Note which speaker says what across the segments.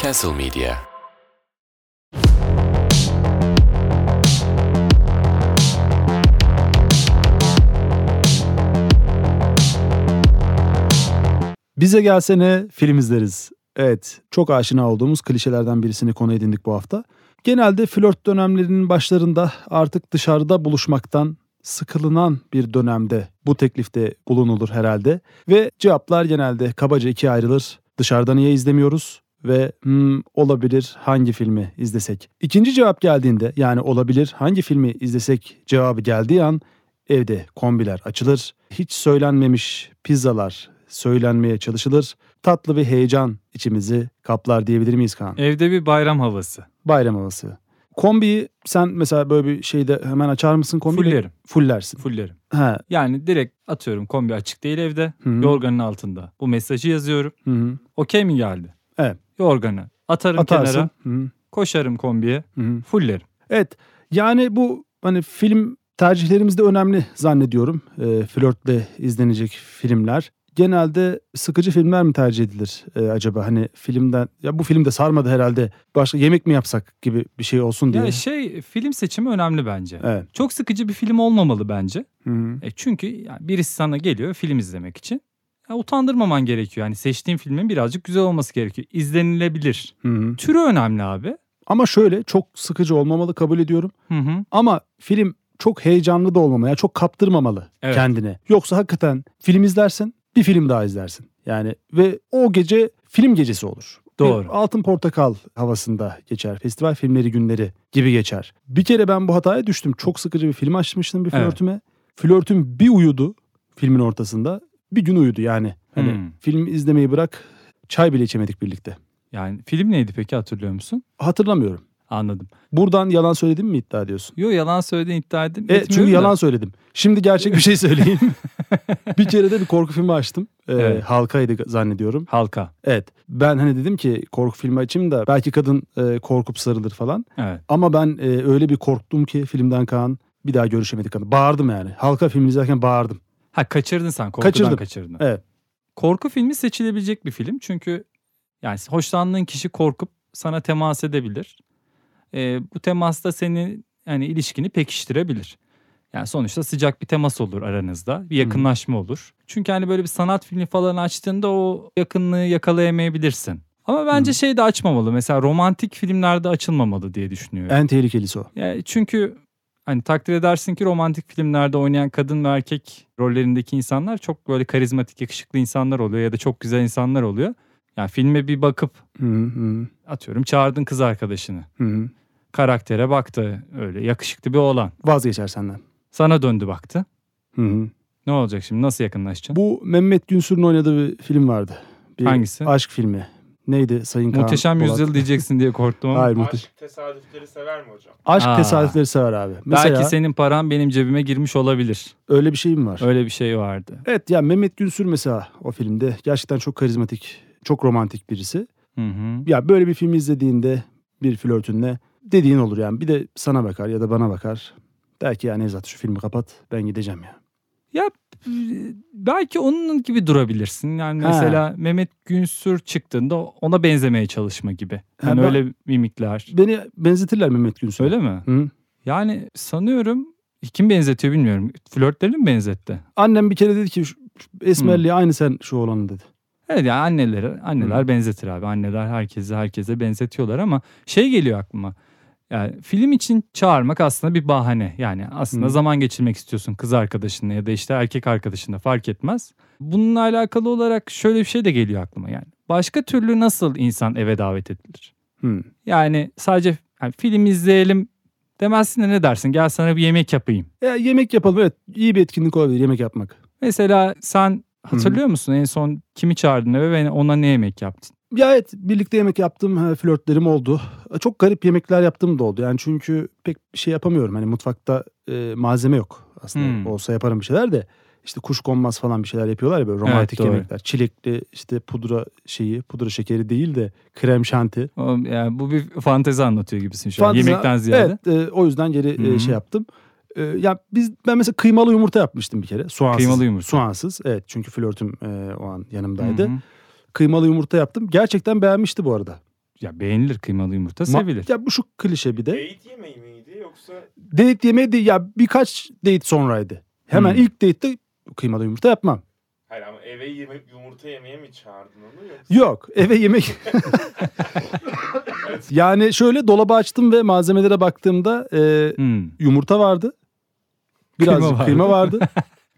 Speaker 1: Castle Media.
Speaker 2: Bize gelsene film izleriz. Evet, çok aşina olduğumuz klişelerden birisini konu edindik bu hafta. Genelde flört dönemlerinin başlarında artık dışarıda buluşmaktan sıkılınan bir dönemde bu teklifte bulunulur herhalde. Ve cevaplar genelde kabaca ikiye ayrılır. Dışarıda niye izlemiyoruz? Ve "Hmm, olabilir hangi filmi izlesek? İkinci cevap geldiğinde yani olabilir hangi filmi izlesek cevabı geldiği an Evde kombiler açılır. Hiç söylenmemiş pizzalar söylenmeye çalışılır. Tatlı bir heyecan içimizi kaplar diyebilir miyiz Kaan?
Speaker 3: Evde bir bayram havası.
Speaker 2: Bayram havası. Kombiyi sen mesela böyle bir şeyde hemen açar mısın kombiyi?
Speaker 3: Fullerim.
Speaker 2: Fullersin.
Speaker 3: Fullerim.
Speaker 2: Ha.
Speaker 3: Yani direkt atıyorum kombi açık değil evde.
Speaker 2: Hı hı.
Speaker 3: Yorganın altında. Bu mesajı yazıyorum.
Speaker 2: Hı hı.
Speaker 3: Okey mi geldi?
Speaker 2: Evet.
Speaker 3: Yorganı. Atarım
Speaker 2: Atarsın.
Speaker 3: kenara.
Speaker 2: Hı hı.
Speaker 3: Koşarım kombiye.
Speaker 2: Hı hı.
Speaker 3: Fullerim.
Speaker 2: Evet. Yani bu hani film tercihlerimizde önemli zannediyorum. Ee, flörtle izlenecek filmler. Genelde sıkıcı filmler mi tercih edilir e, acaba? Hani filmden ya bu film de sarmadı herhalde. Başka yemek mi yapsak gibi bir şey olsun diye.
Speaker 3: Ya şey film seçimi önemli bence.
Speaker 2: Evet.
Speaker 3: Çok sıkıcı bir film olmamalı bence.
Speaker 2: Hı hı.
Speaker 3: E çünkü yani birisi sana geliyor film izlemek için. Ya utandırmaman gerekiyor. Yani seçtiğin filmin birazcık güzel olması gerekiyor. İzlenilebilir.
Speaker 2: Hı hı.
Speaker 3: Türü önemli abi.
Speaker 2: Ama şöyle çok sıkıcı olmamalı kabul ediyorum.
Speaker 3: Hı hı.
Speaker 2: Ama film çok heyecanlı da olmamalı. Yani çok kaptırmamalı
Speaker 3: Evet.
Speaker 2: kendine. Yoksa hakikaten film izlersin, bir film daha izlersin. Yani ve o gece film gecesi olur.
Speaker 3: Doğru.
Speaker 2: Bir Altın Portakal havasında geçer. Festival filmleri günleri gibi geçer. Bir kere ben bu hataya düştüm. Çok sıkıcı bir film açmıştım bir
Speaker 3: Evet.
Speaker 2: flörtüme. Flörtüm bir uyudu filmin ortasında. Bir gün uyudu yani. Hani
Speaker 3: Hmm.
Speaker 2: film izlemeyi bırak çay bile içemedik birlikte.
Speaker 3: Yani film neydi peki hatırlıyor musun?
Speaker 2: Hatırlamıyorum.
Speaker 3: Anladım.
Speaker 2: Buradan yalan söyledim mi iddia ediyorsun?
Speaker 3: Yo yalan söylediğini iddia edin.
Speaker 2: E,
Speaker 3: etmiyorum
Speaker 2: çünkü
Speaker 3: da.
Speaker 2: yalan söyledim. Şimdi gerçek bir şey söyleyeyim. bir kere de bir korku filmi açtım. E,
Speaker 3: Evet.
Speaker 2: Halkaydı zannediyorum.
Speaker 3: Halka.
Speaker 2: Evet. Ben hani dedim ki korku filmi açayım da belki kadın e, korkup sarılır falan.
Speaker 3: Evet.
Speaker 2: Ama ben e, öyle bir korktum ki filmden Kaan bir daha görüşemedik. kadın. Bağırdım yani. Halka filmi izlerken bağırdım.
Speaker 3: Ha kaçırdın sen. Korkudan
Speaker 2: Kaçırdım.
Speaker 3: kaçırdın.
Speaker 2: Evet.
Speaker 3: Korku filmi seçilebilecek bir film. Çünkü yani hoşlandığın kişi korkup sana temas edebilir. Ee, bu temas da senin yani ilişkini pekiştirebilir. Yani sonuçta sıcak bir temas olur aranızda. Bir yakınlaşma olur. Çünkü hani böyle bir sanat filmi falan açtığında o yakınlığı yakalayamayabilirsin. Ama bence şey de açmamalı. Mesela romantik filmlerde açılmamalı diye düşünüyorum.
Speaker 2: En tehlikelisi o.
Speaker 3: Ya çünkü hani takdir edersin ki romantik filmlerde oynayan kadın ve erkek rollerindeki insanlar çok böyle karizmatik, yakışıklı insanlar oluyor ya da çok güzel insanlar oluyor. Yani filme bir bakıp
Speaker 2: Hı hı
Speaker 3: atıyorum çağırdın kız arkadaşını.
Speaker 2: hı hı.
Speaker 3: Karaktere baktı öyle yakışıklı bir oğlan.
Speaker 2: Vazgeçer senden.
Speaker 3: Sana döndü baktı.
Speaker 2: Hı hı.
Speaker 3: Ne olacak şimdi nasıl yakınlaşacaksın?
Speaker 2: Bu Mehmet Günsür'ün oynadığı bir film vardı. Bir
Speaker 3: Hangisi?
Speaker 2: Aşk filmi. Neydi Sayın Kaan?
Speaker 3: Muhteşem
Speaker 2: Polat?
Speaker 3: Yüzyıl diyeceksin diye korktum ama.
Speaker 2: Hayır muhteşem.
Speaker 4: Aşk tesadüfleri sever mi hocam?
Speaker 2: Aşk
Speaker 3: Aa.
Speaker 2: tesadüfleri sever abi. Mesela
Speaker 3: Belki senin paran benim cebime girmiş olabilir.
Speaker 2: öyle bir şey mi var?
Speaker 3: Öyle bir şey vardı.
Speaker 2: Evet yani Mehmet Günsür mesela o filmde gerçekten çok karizmatik, çok romantik birisi.
Speaker 3: Hı hı.
Speaker 2: Ya böyle bir film izlediğinde bir flörtünle dediğin olur yani. Bir de sana bakar ya da bana bakar. Der ki ya Nevzat şu filmi kapat ben gideceğim ya.
Speaker 3: belki onun gibi durabilirsin. Yani
Speaker 2: Ha.
Speaker 3: mesela Mehmet Günsür çıktığında ona benzemeye çalışma gibi.
Speaker 2: Ha,
Speaker 3: Yani
Speaker 2: ben-
Speaker 3: öyle mimikler.
Speaker 2: Beni benzetirler Mehmet Günsür'e.
Speaker 3: Öyle mi?
Speaker 2: Hı.
Speaker 3: Yani sanıyorum kim benzetiyor bilmiyorum. Flörtlerini mi benzetti?
Speaker 2: Annem bir kere dedi ki "Şu- şu Esmerli'ye aynı sen şu olanı dedi.
Speaker 3: Evet yani anneleri, anneler benzetir abi. Anneler herkesi herkese benzetiyorlar ama şey geliyor aklıma. Yani film için çağırmak aslında bir bahane. Yani aslında
Speaker 2: Hı.
Speaker 3: zaman geçirmek istiyorsun kız arkadaşınla ya da işte erkek arkadaşınla fark etmez. Bununla alakalı olarak şöyle bir şey de geliyor aklıma yani. Başka türlü nasıl insan eve davet edilir?
Speaker 2: Hı.
Speaker 3: Yani sadece yani film izleyelim demezsin de ne dersin? Gel sana bir yemek yapayım.
Speaker 2: E, yemek yapalım evet iyi bir etkinlik olabilir yemek yapmak.
Speaker 3: Mesela sen hatırlıyor musun en son kimi çağırdın eve ve ona ne yemek yaptın?
Speaker 2: Ya evet birlikte yemek yaptığım e, flörtlerim oldu. E, Çok garip yemekler yaptığım da oldu. Yani çünkü pek bir şey yapamıyorum. Hani mutfakta e, malzeme yok aslında.
Speaker 3: Hmm.
Speaker 2: Olsa yaparım bir şeyler de. İşte kuşkonmaz falan bir şeyler yapıyorlar ya böyle romantik
Speaker 3: doğru.
Speaker 2: yemekler. Çilekli işte pudra şeyi, pudra şekeri değil de krem şanti.
Speaker 3: Oğlum Yani bu bir fantezi anlatıyor gibisin şu
Speaker 2: Fantezi-
Speaker 3: an yemekten ziyade.
Speaker 2: Evet e, o yüzden geri e,
Speaker 3: Hı hı.
Speaker 2: şey yaptım. E, ya biz ben mesela kıymalı yumurta yapmıştım bir kere. Soğansız.
Speaker 3: Kıymalı yumurta.
Speaker 2: Soğansız. Evet çünkü flörtüm e, o an
Speaker 3: Hı
Speaker 2: yanımdaydı.
Speaker 3: hı.
Speaker 2: Kıymalı yumurta yaptım. Gerçekten beğenmişti bu arada.
Speaker 3: Ya beğenilir kıymalı yumurta
Speaker 2: Ma-
Speaker 3: sevilir.
Speaker 2: Ya bu şu klişe bir de.
Speaker 4: Date yemeği miydi yoksa
Speaker 2: Date yemeği değil ya birkaç date sonraydı. Hemen
Speaker 3: Hmm.
Speaker 2: ilk date'te kıymalı yumurta yapmam.
Speaker 4: hayır ama eve yeme- yumurta yemeye mi çağırdın onu yoksa?
Speaker 2: Yok eve yemek. yani şöyle dolabı açtım ve malzemelere baktığımda e,
Speaker 3: Hmm.
Speaker 2: yumurta vardı. Birazcık
Speaker 3: Kıyma
Speaker 2: kıyma, vardı.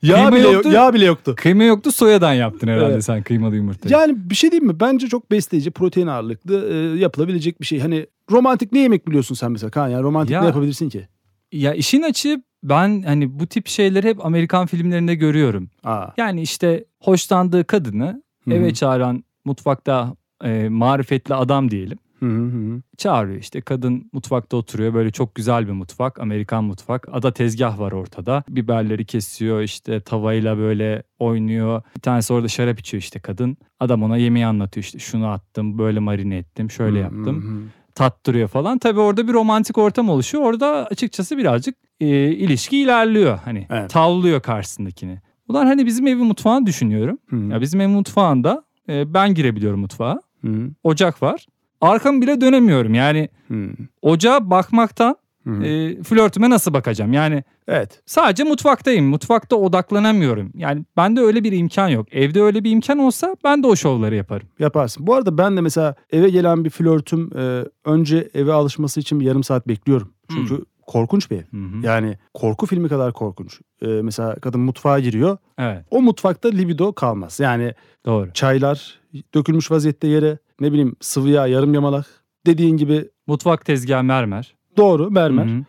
Speaker 2: yağ,
Speaker 3: Kıyma
Speaker 2: bile
Speaker 3: yoktu.
Speaker 2: yok, yağ bile yoktu.
Speaker 3: Kıyma yoktu soyadan yaptın herhalde
Speaker 2: Evet.
Speaker 3: sen kıymalı yumurtayı.
Speaker 2: Yani bir şey diyeyim mi? Bence çok besleyici, protein ağırlıklı e, yapılabilecek bir şey. Hani romantik ne yemek biliyorsun sen mesela Kaan? Yani romantik
Speaker 3: Ya-
Speaker 2: ne yapabilirsin ki?
Speaker 3: Ya işin açığı ben hani bu tip şeyleri hep Amerikan filmlerinde görüyorum.
Speaker 2: Aa.
Speaker 3: Yani işte hoşlandığı kadını
Speaker 2: Hı hı.
Speaker 3: eve çağıran mutfakta e, marifetli adam diyelim.
Speaker 2: Hı hı hı.
Speaker 3: Çağırıyor işte kadın mutfakta oturuyor böyle çok güzel bir mutfak Amerikan mutfak ada tezgah var ortada biberleri kesiyor işte tavayla böyle oynuyor bir tanesi orada şarap içiyor işte kadın adam ona yemeği anlatıyor işte şunu attım böyle marine ettim şöyle
Speaker 2: Hı
Speaker 3: yaptım
Speaker 2: hı hı.
Speaker 3: tattırıyor falan. Tabii orada bir romantik ortam oluşuyor. Orada açıkçası birazcık e, ilişki ilerliyor. Hani
Speaker 2: Evet.
Speaker 3: tavlıyor karşısındakini. Ulan hani bizim evin mutfağını düşünüyorum.
Speaker 2: Hı hı.
Speaker 3: Ya bizim evin mutfağında e, ben girebiliyorum mutfağa.
Speaker 2: Hı
Speaker 3: Ocak var. Arkam bile dönemiyorum. Yani
Speaker 2: hı.
Speaker 3: ocağa bakmaktan
Speaker 2: Hı hı.
Speaker 3: e, flörtüme nasıl bakacağım? Yani
Speaker 2: Evet.
Speaker 3: sadece mutfaktayım. Mutfakta odaklanamıyorum. Yani bende öyle bir imkan yok. Evde öyle bir imkan olsa ben de o şovları yaparım.
Speaker 2: Yaparsın. Bu arada ben de mesela eve gelen bir flörtüm e, önce eve alışması için bir yarım saat bekliyorum. Çünkü korkunç bir ev.
Speaker 3: Hı hı.
Speaker 2: Yani korku filmi kadar korkunç. E, mesela kadın mutfağa giriyor.
Speaker 3: Evet
Speaker 2: O mutfakta libido kalmaz. Yani
Speaker 3: doğru.
Speaker 2: çaylar dökülmüş vaziyette yere. Ne bileyim sıvı yağ yarım yamalak. Dediğin gibi
Speaker 3: Mutfak tezgahı mermer.
Speaker 2: doğru mermer.
Speaker 3: Hı hı.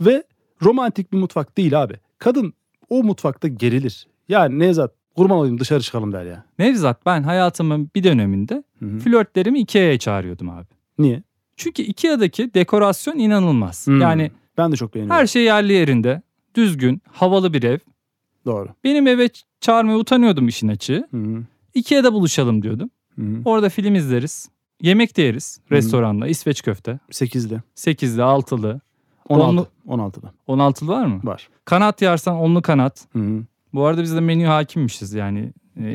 Speaker 2: Ve romantik bir mutfak değil abi. Kadın o mutfakta gerilir. Yani Nevzat kurban olayım dışarı çıkalım der ya.
Speaker 3: Nevzat ben hayatımın bir döneminde
Speaker 2: Hı-hı.
Speaker 3: flörtlerimi Ikea'ya çağırıyordum abi.
Speaker 2: Niye?
Speaker 3: Çünkü Ikea'daki dekorasyon inanılmaz.
Speaker 2: Hmm.
Speaker 3: Yani
Speaker 2: Ben de çok beğeniyorum.
Speaker 3: her şey yerli yerinde, düzgün, havalı bir ev.
Speaker 2: Doğru.
Speaker 3: Benim eve ç- çağırmaya utanıyordum işin açığı.
Speaker 2: Hı-hı.
Speaker 3: Ikea'da buluşalım diyordum.
Speaker 2: Hı-hı.
Speaker 3: Orada film izleriz. Yemek de yeriz.
Speaker 2: Hı.
Speaker 3: Restoranda İsveç köfte.
Speaker 2: 8'li.
Speaker 3: 8'li, 6'lı.
Speaker 2: 16. 16'lı
Speaker 3: 16'lı var mı?
Speaker 2: var.
Speaker 3: Kanat yarsan onlu kanat.
Speaker 2: Hı-hı.
Speaker 3: Bu arada biz de menü hakimmişiz yani. E,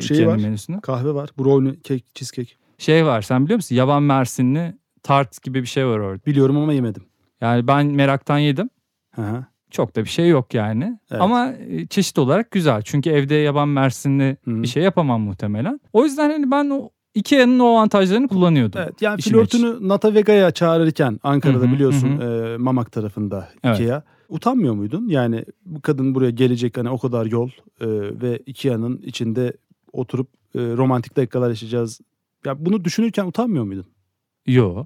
Speaker 2: Şeyi
Speaker 3: Ikea'nın
Speaker 2: Şey var.
Speaker 3: menüsüne.
Speaker 2: Kahve var. Brownie, kek, cheesecake.
Speaker 3: Şey var sen biliyor musun? Yaban mersinli tart gibi bir şey var orada.
Speaker 2: Biliyorum ama yemedim.
Speaker 3: Yani ben meraktan yedim.
Speaker 2: Hı hı.
Speaker 3: Çok da bir şey yok yani.
Speaker 2: Evet.
Speaker 3: Ama e, çeşit olarak güzel. Çünkü evde yaban mersinli
Speaker 2: Hı.
Speaker 3: bir şey yapamam muhtemelen. O yüzden hani ben o Ikea'nın o avantajlarını kullanıyordum.
Speaker 2: Evet yani
Speaker 3: İşin
Speaker 2: flörtünü Nata Vega'ya çağırırken Ankara'da
Speaker 3: Hı hı,
Speaker 2: biliyorsun e, Mamak tarafında
Speaker 3: Evet.
Speaker 2: Ikea. Utanmıyor muydun? Yani bu kadın buraya gelecek hani o kadar yol e, ve Ikea'nın içinde oturup e, romantik dakikalar yaşayacağız. Ya bunu düşünürken utanmıyor muydun?
Speaker 3: Yo.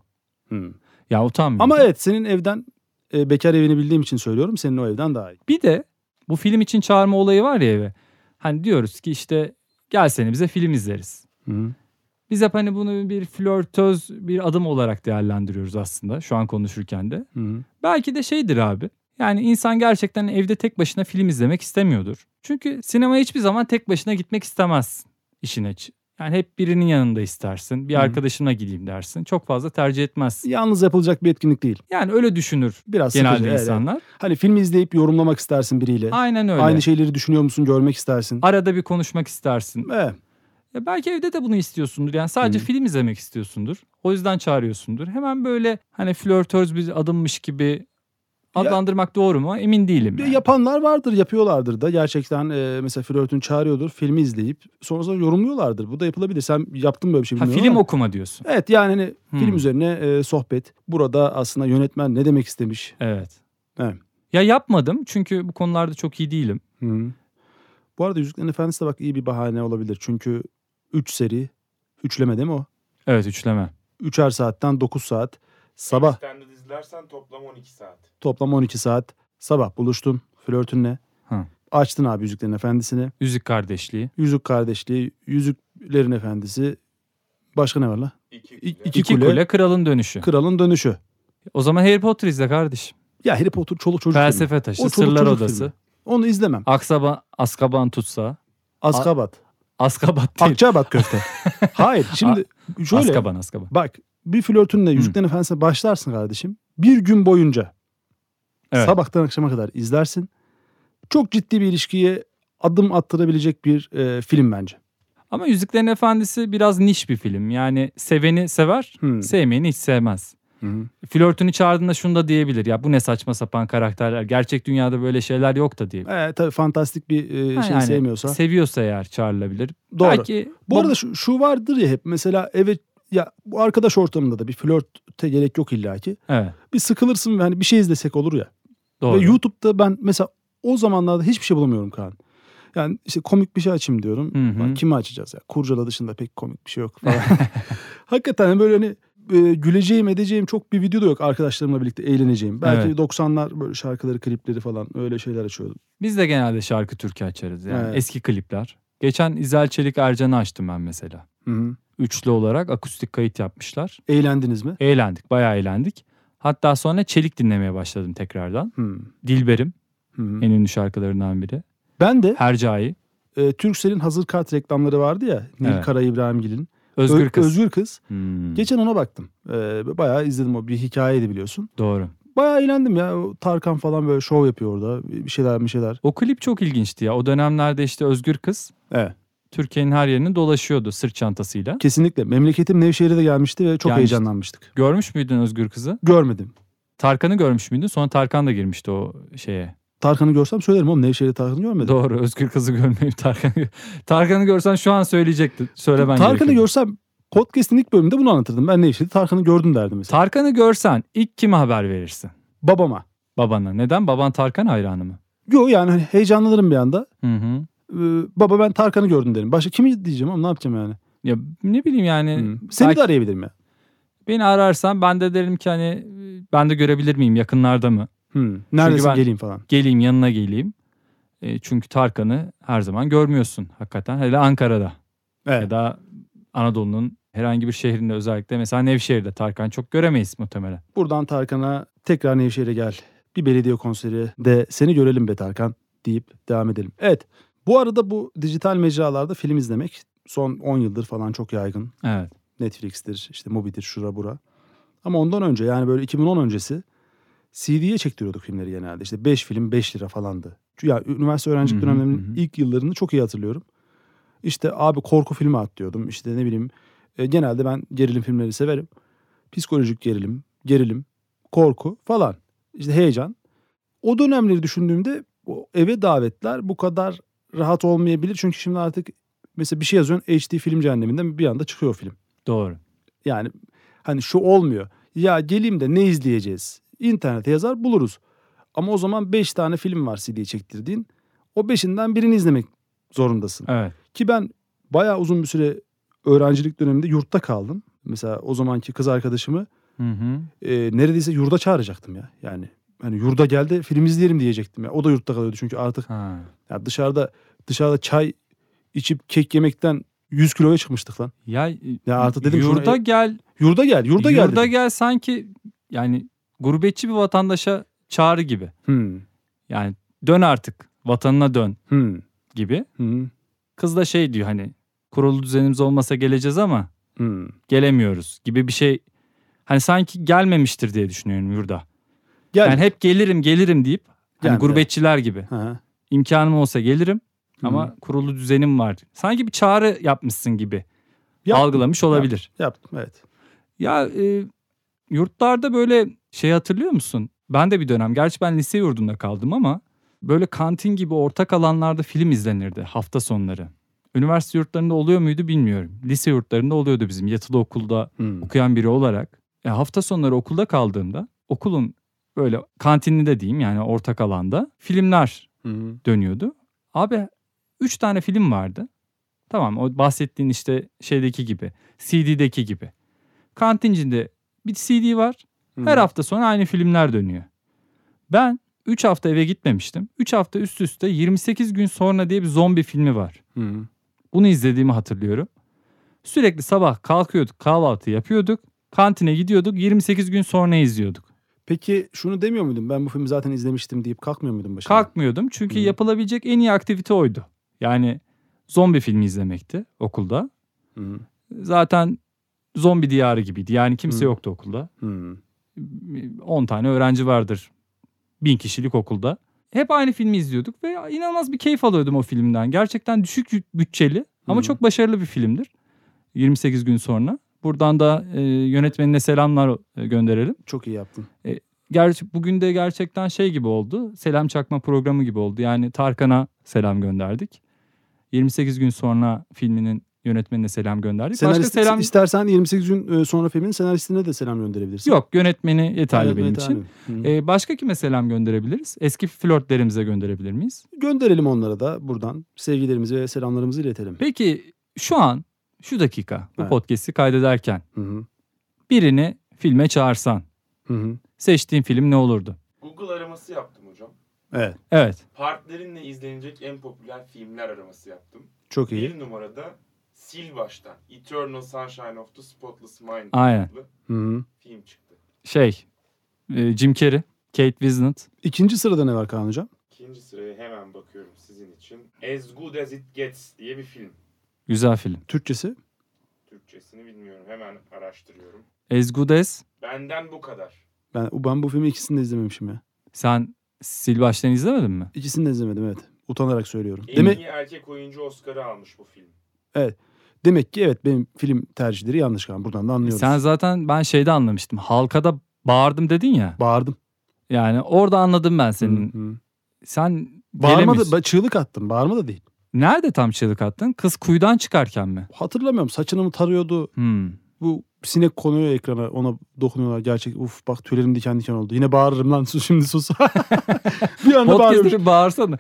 Speaker 3: Ya utanmıyorum.
Speaker 2: Ama evet senin evden e, bekar evini bildiğim için söylüyorum senin o evden daha iyi.
Speaker 3: bir de bu film için çağırma olayı var ya eve. Hani diyoruz ki işte gelsene bize film izleriz. Biz hep hani bunu bir flörtöz bir adım olarak değerlendiriyoruz aslında şu an konuşurken de. Belki de şeydir abi. Yani insan gerçekten evde tek başına film izlemek istemiyordur. Çünkü sinemaya hiçbir zaman tek başına gitmek istemezsin işin açı. Yani hep birinin yanında istersin. Bir
Speaker 2: Hı.
Speaker 3: arkadaşına gideyim dersin. Çok fazla tercih etmezsin.
Speaker 2: Yalnız yapılacak bir etkinlik değil.
Speaker 3: Yani öyle düşünür
Speaker 2: Biraz
Speaker 3: genelde
Speaker 2: sıkıcı. evet,
Speaker 3: insanlar.
Speaker 2: evet. Hani filmi izleyip yorumlamak istersin biriyle.
Speaker 3: Aynen öyle.
Speaker 2: Aynı şey. şeyleri düşünüyor musun görmek istersin.
Speaker 3: Arada bir konuşmak istersin.
Speaker 2: Evet.
Speaker 3: Ya E, belki evde de bunu istiyorsundur. Yani sadece
Speaker 2: Hı.
Speaker 3: film izlemek istiyorsundur. O yüzden çağırıyorsundur. Hemen böyle hani flörtöz bir adımmış gibi adlandırmak doğru mu? Emin değilim.
Speaker 2: Ya
Speaker 3: yani.
Speaker 2: Yapanlar vardır, yapıyorlardır da. Gerçekten e, mesela flörtün çağırıyordur, filmi izleyip sonrasında yorumluyorlardır. Bu da yapılabilir. Sen yaptın böyle bir şey
Speaker 3: ha,
Speaker 2: bilmiyorum
Speaker 3: film
Speaker 2: ama.
Speaker 3: okuma diyorsun.
Speaker 2: Evet yani hani
Speaker 3: Hmm.
Speaker 2: film üzerine e, sohbet. Burada aslında yönetmen ne demek istemiş?
Speaker 3: Evet.
Speaker 2: Evet.
Speaker 3: Ya yapmadım çünkü bu konularda çok iyi değilim.
Speaker 2: Hı. Hmm. Bu arada Yüzüklerin Efendisi de bak iyi bir bahane olabilir. Çünkü 3 seri, üçleme değil mi o?
Speaker 3: Evet üçleme.
Speaker 2: Üçer saatten 9 saat. Sabah
Speaker 4: Extended izlersen toplam 12 saat.
Speaker 2: toplam 12 saat. Sabah buluştun flörtünle.
Speaker 3: Hı.
Speaker 2: Açtın abi Yüzüklerin Efendisi'ni.
Speaker 3: Müzik kardeşliği.
Speaker 2: Yüzük Kardeşliği, Yüzüklerin Efendisi. Başka ne var lan?
Speaker 4: 2
Speaker 2: İ-
Speaker 4: kule.
Speaker 2: iki-
Speaker 3: İki, kule,
Speaker 2: kule,
Speaker 3: kralın dönüşü.
Speaker 2: Kralın Dönüşü.
Speaker 3: o zaman Harry Potter izle kardeşim.
Speaker 2: Ya Harry Potter çoluk çocuk filmi.
Speaker 3: Felsefe taşı,
Speaker 2: O çoluk
Speaker 3: sırlar
Speaker 2: çocuk
Speaker 3: odası.
Speaker 2: filmi. Onu izlemem.
Speaker 3: Aksaba, Askaban tutsa.
Speaker 2: Azkabat.
Speaker 3: Askabat değil.
Speaker 2: Akçabat köfte. Hayır şimdi şöyle.
Speaker 3: Askaban, Askaban.
Speaker 2: Bak bir flörtünle Yüzüklerin Efendisi'ne başlarsın kardeşim. Bir gün boyunca
Speaker 3: Evet.
Speaker 2: sabahtan akşama kadar izlersin. Çok ciddi bir ilişkiye adım attırabilecek bir e, film bence.
Speaker 3: Ama Yüzüklerin Efendisi biraz niş bir film. Yani seveni sever,
Speaker 2: Hmm.
Speaker 3: sevmeyeni hiç sevmez.
Speaker 2: Hı.
Speaker 3: Flörtünü çağırdığında şunu da diyebilir. Ya bu ne saçma sapan karakterler. Gerçek dünyada böyle şeyler yok da diyebilir.
Speaker 2: E, tabii fantastik bir e,
Speaker 3: Ha,
Speaker 2: şey
Speaker 3: yani
Speaker 2: sevmiyorsa.
Speaker 3: Seviyorsa eğer çağrılabilir.
Speaker 2: Doğru.
Speaker 3: Belki
Speaker 2: Bu arada şu, şu vardır ya hep mesela evet ya bu arkadaş ortamında da bir flörte gerek yok illaki.
Speaker 3: Evet.
Speaker 2: Bir sıkılırsın ve hani bir şey izlesek olur ya.
Speaker 3: Doğru.
Speaker 2: Ve YouTube'da ben mesela o zamanlarda hiçbir şey bulamıyorum Kaan. Yani işte komik bir şey açayım diyorum.
Speaker 3: Hı hı.
Speaker 2: Bak kimi açacağız ya? Kurcala dışında pek komik bir şey yok falan. Hakikaten böyle hani e, güleceğim edeceğim çok bir video da yok arkadaşlarımla birlikte eğleneceğim. Belki
Speaker 3: Evet.
Speaker 2: 90'lar böyle şarkıları, klipleri falan öyle şeyler açıyordum.
Speaker 3: Biz de genelde şarkı türkü açarız yani.
Speaker 2: Evet.
Speaker 3: Eski klipler. Geçen İzel Çelik Ercan'ı açtım ben mesela.
Speaker 2: Hı hı.
Speaker 3: Üçlü olarak akustik kayıt yapmışlar.
Speaker 2: Eğlendiniz mi?
Speaker 3: Eğlendik, bayağı eğlendik. Hatta sonra Çelik dinlemeye başladım tekrardan.
Speaker 2: Hı
Speaker 3: Dilberim
Speaker 2: hı.
Speaker 3: en ünlü şarkılarından biri.
Speaker 2: Ben de
Speaker 3: Hercai,
Speaker 2: e, Turkcell'in hazır kart reklamları vardı ya. Nil
Speaker 3: Evet.
Speaker 2: Kara İbrahimgil'in.
Speaker 3: Özgür
Speaker 2: Ö-
Speaker 3: Kız.
Speaker 2: Özgür Kız.
Speaker 3: Hmm,
Speaker 2: Geçen ona baktım. E, bayağı izledim o bir hikayeydi biliyorsun.
Speaker 3: Doğru.
Speaker 2: Bayağı eğlendim ya. O Tarkan falan böyle şov yapıyor orada. Bir bir şeyler bir şeyler.
Speaker 3: O klip çok ilginçti ya. O dönemlerde işte Özgür Kız
Speaker 2: Evet.
Speaker 3: Türkiye'nin her yerini dolaşıyordu sırt çantasıyla.
Speaker 2: Kesinlikle. Memleketim Nevşehir'e de gelmişti ve çok
Speaker 3: Gelmişti.
Speaker 2: heyecanlanmıştık.
Speaker 3: Görmüş müydün Özgür Kız'ı?
Speaker 2: Görmedim.
Speaker 3: Tarkan'ı görmüş müydün? Sonra Tarkan da girmişti o şeye.
Speaker 2: Tarkan'ı görsem söylerim oğlum Nevşehir'de Tarkan'ı görmedim.
Speaker 3: Doğru Özgür Kız'ı görmeyip Tarkan'ı Tarkan'ı görsen şu an söyleyecektin. Söylemen
Speaker 2: Tarkan'ı
Speaker 3: gerekiyordu.
Speaker 2: görsem podcast'in ilk bölümünde bunu anlatırdım. Ben Nevşehir'de Tarkan'ı gördüm derdim mesela.
Speaker 3: Tarkan'ı görsen ilk kime haber verirsin?
Speaker 2: Babama.
Speaker 3: Babana. Neden? Baban Tarkan hayranı mı?
Speaker 2: Yo yani hani heyecanlanırım bir anda.
Speaker 3: Hı hı.
Speaker 2: Ee, baba ben Tarkan'ı gördüm derim. Başka kimi diyeceğim ama ne yapacağım yani?
Speaker 3: Ya ne bileyim yani
Speaker 2: Hı. Seni
Speaker 3: belki
Speaker 2: de arayabilirim ya.
Speaker 3: beni ararsan ben de derim ki hani e, ben de görebilir miyim yakınlarda mı?
Speaker 2: Hı. Neredesin
Speaker 3: ben-
Speaker 2: geleyim falan.
Speaker 3: Geleyim yanına geleyim. E, çünkü Tarkan'ı her zaman görmüyorsun hakikaten. Hele Ankara'da
Speaker 2: Evet.
Speaker 3: ya da Anadolu'nun herhangi bir şehrinde özellikle mesela Nevşehir'de Tarkan çok göremeyiz muhtemelen.
Speaker 2: Buradan Tarkan'a tekrar Nevşehir'e gel. Bir belediye konseri de seni görelim be Tarkan deyip devam edelim. Evet bu arada bu dijital mecralarda film izlemek son 10 yıldır falan çok yaygın.
Speaker 3: Evet.
Speaker 2: Netflix'tir işte Mubi'dir şura bura. Ama ondan önce yani böyle 2010 öncesi CD'ye çektiriyorduk filmleri genelde. İşte 5 film 5 lira falandı. Çünkü Ya üniversite öğrencilik
Speaker 3: Hı hı,
Speaker 2: dönemlerimin
Speaker 3: hı hı.
Speaker 2: ilk yıllarını çok iyi hatırlıyorum. İşte abi korku filmi atlıyordum. İşte ne bileyim e, genelde ben gerilim filmleri severim. Psikolojik gerilim, gerilim, korku falan. İşte heyecan. O dönemleri düşündüğümde o eve davetler bu kadar rahat olmayabilir. Çünkü şimdi artık mesela bir şey yazıyorsun HD film cehenneminden bir anda çıkıyor film.
Speaker 3: Doğru.
Speaker 2: Yani hani şu olmuyor. Ya geleyim de ne izleyeceğiz? İnternete yazar buluruz. Ama o zaman 5 tane film var CD'ye çektirdiğin. O 5'inden birini izlemek zorundasın.
Speaker 3: Evet.
Speaker 2: Ki ben bayağı uzun bir süre öğrencilik döneminde yurtta kaldım. Mesela o zamanki kız arkadaşımı
Speaker 3: Hı hı.
Speaker 2: e, neredeyse yurda çağıracaktım ya. Yani hani yurda gel de film izleyelim diyecektim ya. O da yurtta kalıyordu çünkü artık
Speaker 3: Ha.
Speaker 2: ya dışarıda dışarıda çay içip kek yemekten 100 kiloya çıkmıştık lan.
Speaker 3: Ya,
Speaker 2: Ya artık dedim şunu-
Speaker 3: yurda gel
Speaker 2: Yurda gel, yurda, gel.
Speaker 3: Yurda
Speaker 2: dedim.
Speaker 3: gel sanki yani gurbetçi bir vatandaşa çağrı gibi.
Speaker 2: Hmm,
Speaker 3: Yani dön artık vatanına dön
Speaker 2: hmm,
Speaker 3: gibi.
Speaker 2: hmm,
Speaker 3: Kız da şey diyor hani kurulu düzenimiz olmasa geleceğiz ama
Speaker 2: hmm.
Speaker 3: gelemiyoruz gibi bir şey. Hani sanki gelmemiştir diye düşünüyorum yurda.
Speaker 2: Gel.
Speaker 3: Yani hep gelirim gelirim deyip hani
Speaker 2: Gelmedi.
Speaker 3: gurbetçiler gibi.
Speaker 2: Ha.
Speaker 3: İmkanım olsa gelirim ama
Speaker 2: Hı.
Speaker 3: kurulu düzenim var. Sanki bir çağrı yapmışsın gibi
Speaker 2: Yaptım,
Speaker 3: algılamış olabilir.
Speaker 2: Yaptım evet.
Speaker 3: Ya e, yurtlarda böyle şey hatırlıyor musun? Ben de bir dönem gerçi ben lise yurdunda kaldım ama böyle kantin gibi ortak alanlarda film izlenirdi hafta sonları. Üniversite yurtlarında oluyor muydu bilmiyorum. Lise yurtlarında oluyordu bizim yatılı okulda
Speaker 2: Hmm.
Speaker 3: okuyan biri olarak. Ya hafta sonları okulda kaldığımda okulun böyle kantinli de diyeyim yani ortak alanda filmler
Speaker 2: Hmm.
Speaker 3: dönüyordu. Abi 3 tane film vardı. Tamam o bahsettiğin işte şeydeki gibi CD'deki gibi. Kantincinde bir CD var. Her hafta sonra aynı filmler dönüyor. Ben 3 hafta eve gitmemiştim. 3 hafta üst üste 28 gün sonra diye bir zombi filmi var.
Speaker 2: Hmm.
Speaker 3: Bunu izlediğimi hatırlıyorum. Sürekli sabah kalkıyorduk kahvaltı yapıyorduk. Kantine gidiyorduk 28 gün sonra izliyorduk.
Speaker 2: Peki şunu demiyor muydun? Ben bu filmi zaten izlemiştim deyip kalkmıyor muydun başına?
Speaker 3: Kalkmıyordum çünkü
Speaker 2: Hı.
Speaker 3: yapılabilecek en iyi aktivite oydu. Yani zombi filmi izlemekti okulda.
Speaker 2: Hmm.
Speaker 3: Zaten zombi diyarı gibiydi. Yani kimse
Speaker 2: Hı.
Speaker 3: yoktu okulda.
Speaker 2: Hmm.
Speaker 3: 10 tane öğrenci vardır. 1000 kişilik okulda. Hep aynı filmi izliyorduk ve inanılmaz bir keyif alıyordum o filmden. Gerçekten düşük bütçeli Ama
Speaker 2: Hı.
Speaker 3: çok başarılı bir filmdir. 28 gün sonra. Buradan da e, yönetmenine selamlar e, gönderelim.
Speaker 2: Çok iyi yaptın.
Speaker 3: Gerçi bugün de gerçekten şey gibi oldu. Selam çakma programı gibi oldu. Yani Tarkan'a selam gönderdik. 28 gün sonra filminin yönetmenine selam gönderdik.
Speaker 2: Senarist,
Speaker 3: Başka selam
Speaker 2: istersen 28 gün e, sonra filmin senaristine de selam gönderebilirsin.
Speaker 3: yok. Yönetmeni yeterli
Speaker 2: Evet,
Speaker 3: benim
Speaker 2: evet,
Speaker 3: için.
Speaker 2: aynen. Hı.
Speaker 3: Ee, başka kime selam gönderebiliriz? Eski flörtlerimize gönderebilir miyiz?
Speaker 2: Gönderelim onlara da buradan sevgilerimizi ve selamlarımızı iletelim.
Speaker 3: Peki şu an şu dakika bu
Speaker 2: Evet.
Speaker 3: podcast'i kaydederken
Speaker 2: Hı hı.
Speaker 3: birini filme çağırsan
Speaker 2: Hı hı.
Speaker 3: seçtiğin film ne olurdu?
Speaker 4: Google araması yaptım hocam.
Speaker 2: Evet,
Speaker 3: Evet.
Speaker 4: Partnerinle izlenecek en popüler filmler araması yaptım.
Speaker 2: çok iyi.
Speaker 4: Bir numarada Sil Baştan. Eternal Sunshine of the Spotless Mind
Speaker 3: Aynen.
Speaker 4: adlı
Speaker 2: Hı hı.
Speaker 4: film çıktı.
Speaker 3: Şey e, Jim Carrey, Kate Winslet.
Speaker 2: İkinci sırada ne var Kaan Hocam?
Speaker 4: İkinci sıraya hemen bakıyorum sizin için. As Good As It Gets diye bir film.
Speaker 3: Güzel film.
Speaker 2: Türkçesi.
Speaker 4: Türkçesini bilmiyorum. Hemen araştırıyorum.
Speaker 3: As Good As.
Speaker 4: Benden bu kadar.
Speaker 2: Ben, ben bu filmi ikisini de izlememişim ya.
Speaker 3: Sen Sil baştan izlemedin mi?
Speaker 2: İkisini de izlemedim evet. Utanarak söylüyorum.
Speaker 4: En
Speaker 2: Demek,
Speaker 4: iyi erkek oyuncu Oscar'ı almış bu film.
Speaker 2: demek ki evet benim film tercihleri yanlış Kaan. Buradan da anlıyoruz.
Speaker 3: Sen zaten ben şeyde anlamıştım. Halkada bağırdım dedin ya.
Speaker 2: Bağırdım.
Speaker 3: Yani orada anladım ben
Speaker 2: Hı
Speaker 3: senin.
Speaker 2: hı.
Speaker 3: Sen
Speaker 2: Bağırma da,
Speaker 3: gelemiyorsun.
Speaker 2: ba- çığlık attım. Bağırma da değil.
Speaker 3: Nerede tam çığlık attın? Kız kuyudan çıkarken mi?
Speaker 2: Hatırlamıyorum. Saçını mı tarıyordu?
Speaker 3: Hmm.
Speaker 2: Bu sinek konuyor ekrana. Ona dokunuyorlar. Gerçek uf bak tüylerim diken diken oldu. Yine bağırırım lan sus şimdi sus. bir anda bağırıyorum.
Speaker 3: Podcast'ı bağırsana.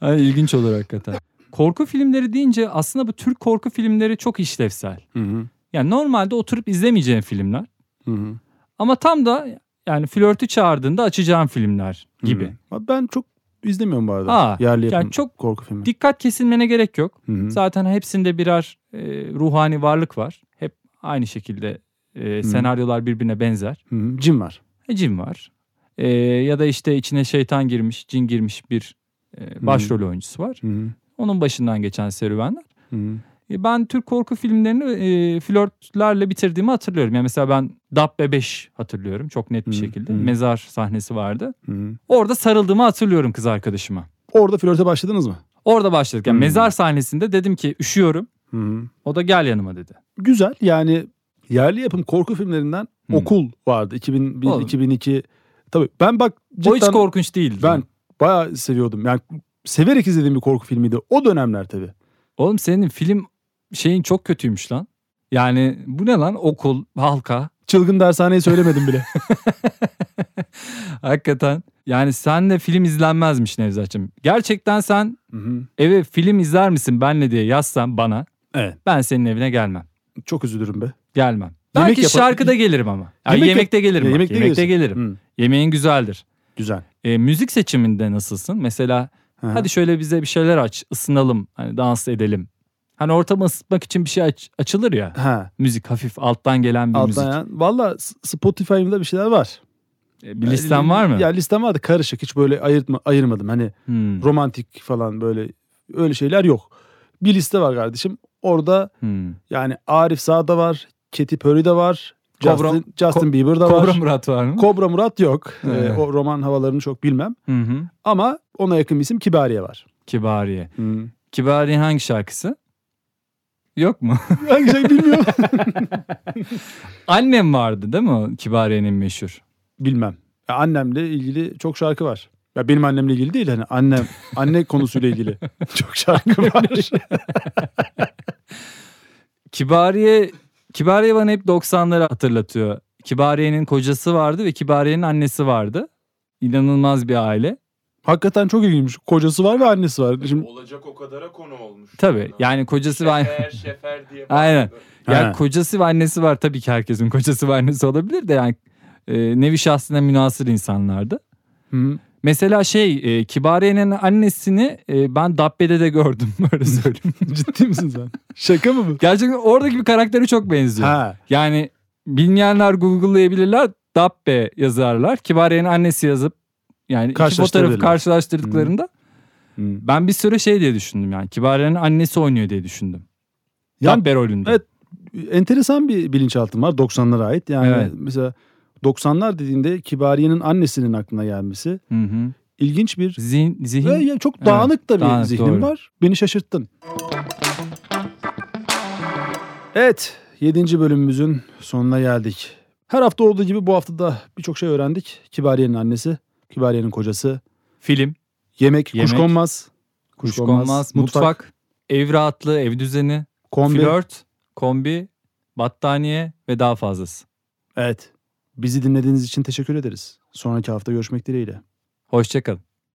Speaker 3: Ay, ilginç olur hakikaten. Korku filmleri deyince aslında bu Türk korku filmleri çok işlevsel.
Speaker 2: Hı hı.
Speaker 3: Yani normalde oturup izlemeyeceğin filmler.
Speaker 2: Hı hı.
Speaker 3: Ama tam da yani flörtü çağırdığında açacağın filmler gibi.
Speaker 2: Hı. Ben çok izlemiyorum bu arada.
Speaker 3: Aa,
Speaker 2: Yerli
Speaker 3: yani
Speaker 2: yapım
Speaker 3: çok
Speaker 2: korku filmi.
Speaker 3: Dikkat kesilmene gerek yok.
Speaker 2: Hı hı.
Speaker 3: Zaten hepsinde birer e, ruhani varlık var. Hep aynı şekilde e, senaryolar birbirine benzer.
Speaker 2: Hı hı. Cin var.
Speaker 3: E, cin var. E, ya da işte içine şeytan girmiş, cin girmiş bir e, başrol oyuncusu var.
Speaker 2: Hı hı.
Speaker 3: Onun başından geçen serüvenler.
Speaker 2: Hı hı.
Speaker 3: E, Ben Türk korku filmlerini e, flörtlerle bitirdiğimi hatırlıyorum. Yani mesela ben Dabbe 5 hatırlıyorum çok net bir
Speaker 2: Hı,
Speaker 3: şekilde.
Speaker 2: hı.
Speaker 3: Mezar sahnesi vardı.
Speaker 2: Hı hı.
Speaker 3: Orada sarıldığımı hatırlıyorum kız arkadaşıma.
Speaker 2: Orada flörte başladınız mı?
Speaker 3: Orada başladık. Yani
Speaker 2: Hı.
Speaker 3: mezar sahnesinde dedim ki üşüyorum.
Speaker 2: Hı hı.
Speaker 3: O da gel yanıma dedi.
Speaker 2: Güzel yani yerli yapım korku filmlerinden
Speaker 3: Hı.
Speaker 2: Okul vardı 2001
Speaker 3: Oğlum.
Speaker 2: 2002. Tabii ben bak
Speaker 3: o hiç
Speaker 2: cidden
Speaker 3: korkunç değildi.
Speaker 2: ben bayağı seviyordum. Yani severek izlediğim bir korku filmiydi o dönemler tabii.
Speaker 3: Oğlum senin film şeyin çok kötüymüş lan. Yani bu ne lan okul, halka.
Speaker 2: Çılgın dershaneyi söylemedim bile.
Speaker 3: Hakikaten. Yani senle film izlenmezmiş Nevzat'cığım. Gerçekten sen
Speaker 2: Hı hı.
Speaker 3: eve film izler misin benle diye yazsan bana.
Speaker 2: Evet.
Speaker 3: Ben senin evine gelmem.
Speaker 2: Çok üzülürüm be.
Speaker 3: Gelmem.
Speaker 2: Yemek
Speaker 3: Belki
Speaker 2: yapar-
Speaker 3: şarkıda gelirim ama. Ya
Speaker 2: Yemek yap-
Speaker 3: yemekte gelirim. bak,
Speaker 2: Yemekte
Speaker 3: Yemekte, gelirim.
Speaker 2: Hı.
Speaker 3: Yemeğin güzeldir.
Speaker 2: Güzel.
Speaker 3: E, müzik seçiminde nasılsın? Mesela
Speaker 2: Hı hı.
Speaker 3: hadi şöyle bize bir şeyler aç, ısınalım, hani dans edelim. Hani ortamı ısıtmak için bir şey aç- açılır ya.
Speaker 2: Ha.
Speaker 3: Müzik hafif alttan gelen bir müzik.
Speaker 2: Alttan Valla Spotify'ımda bir şeyler var.
Speaker 3: E, bir listen var mı?
Speaker 2: Ya listem vardı karışık. Hiç böyle ayırtma, ayırmadım. Hani
Speaker 3: Hmm,
Speaker 2: romantik falan böyle öyle şeyler yok. Bir liste var kardeşim. Orada
Speaker 3: hmm.
Speaker 2: yani Arif Sağ'da var. Katy Perry de var.
Speaker 3: Kobra-
Speaker 2: Justin, Justin Bieber'da var.
Speaker 3: Kobra Murat var mı?
Speaker 2: Kobra Murat yok. Ee,
Speaker 3: Evet.
Speaker 2: o roman havalarını çok bilmem.
Speaker 3: Hı hı.
Speaker 2: Ama ona yakın bir isim Kibariye var.
Speaker 3: Kibariye. Kibariye hangi şarkısı? Yok mu?
Speaker 2: Hangi şey bilmiyorum.
Speaker 3: Annem vardı değil mi o Kibariye'nin meşhur?
Speaker 2: bilmem. Ya annemle ilgili çok şarkı var. Ya benim annemle ilgili değil hani annem anne konusuyla ilgili çok şarkı var.
Speaker 3: Kibariye Kibariye bana hep 90'ları hatırlatıyor. Kibariye'nin kocası vardı ve Kibariye'nin annesi vardı. İnanılmaz bir aile.
Speaker 2: Hakikaten çok ilginç. Kocası var ve annesi var. Şimdi
Speaker 4: Olacak o kadara konu olmuş.
Speaker 3: Tabii yani kocası ve
Speaker 4: Şefer, şefer diye.
Speaker 3: Aynen.
Speaker 4: bağırdı.
Speaker 3: yani
Speaker 2: Ha.
Speaker 3: kocası ve annesi var tabii ki herkesin kocası ve annesi olabilir de yani e, nevi şahsına münasır insanlardı.
Speaker 2: Hı.
Speaker 3: Mesela şey e, Kibariye'nin annesini e, ben Dabbe'de de gördüm böyle söyleyeyim.
Speaker 2: Ciddi misin sen? Şaka mı bu?
Speaker 3: Gerçekten oradaki bir karaktere çok benziyor.
Speaker 2: Ha.
Speaker 3: Yani bilmeyenler Google'layabilirler. Dabbe yazarlar. Kibariye'nin annesi yazıp yani iki fotoğrafı
Speaker 2: Karşılaştırabilirler.
Speaker 3: karşılaştırdıklarında
Speaker 2: Hı.
Speaker 3: ben bir süre şey diye düşündüm yani. Kibariye'nin annesi oynuyor diye düşündüm.
Speaker 2: Yani-
Speaker 3: Dabbe rolünde.
Speaker 2: Evet. Enteresan bir bilinçaltım var 90'lara ait. Yani
Speaker 3: Evet.
Speaker 2: mesela 90'lar dediğinde Kibariye'nin annesinin aklına gelmesi
Speaker 3: Hı hı.
Speaker 2: ilginç bir
Speaker 3: Zihin, zihin
Speaker 2: Ve ya çok
Speaker 3: Evet,
Speaker 2: dağınık da bir
Speaker 3: dağınık,
Speaker 2: zihnim
Speaker 3: doğru.
Speaker 2: var. Beni şaşırttın. Evet, 7. bölümümüzün sonuna geldik. Her hafta olduğu gibi bu hafta da birçok şey öğrendik. Kibariye'nin annesi, Kibariye'nin kocası,
Speaker 3: Film,
Speaker 2: yemek,
Speaker 3: Yemek,
Speaker 2: kuşkonmaz,
Speaker 3: kuşkonmaz, mutfak, ev rahatlığı, ev düzeni,
Speaker 2: kombi.
Speaker 3: flört, kombi, battaniye ve daha fazlası.
Speaker 2: Evet. Bizi dinlediğiniz için teşekkür ederiz. Sonraki hafta görüşmek dileğiyle.
Speaker 3: Hoşçakalın.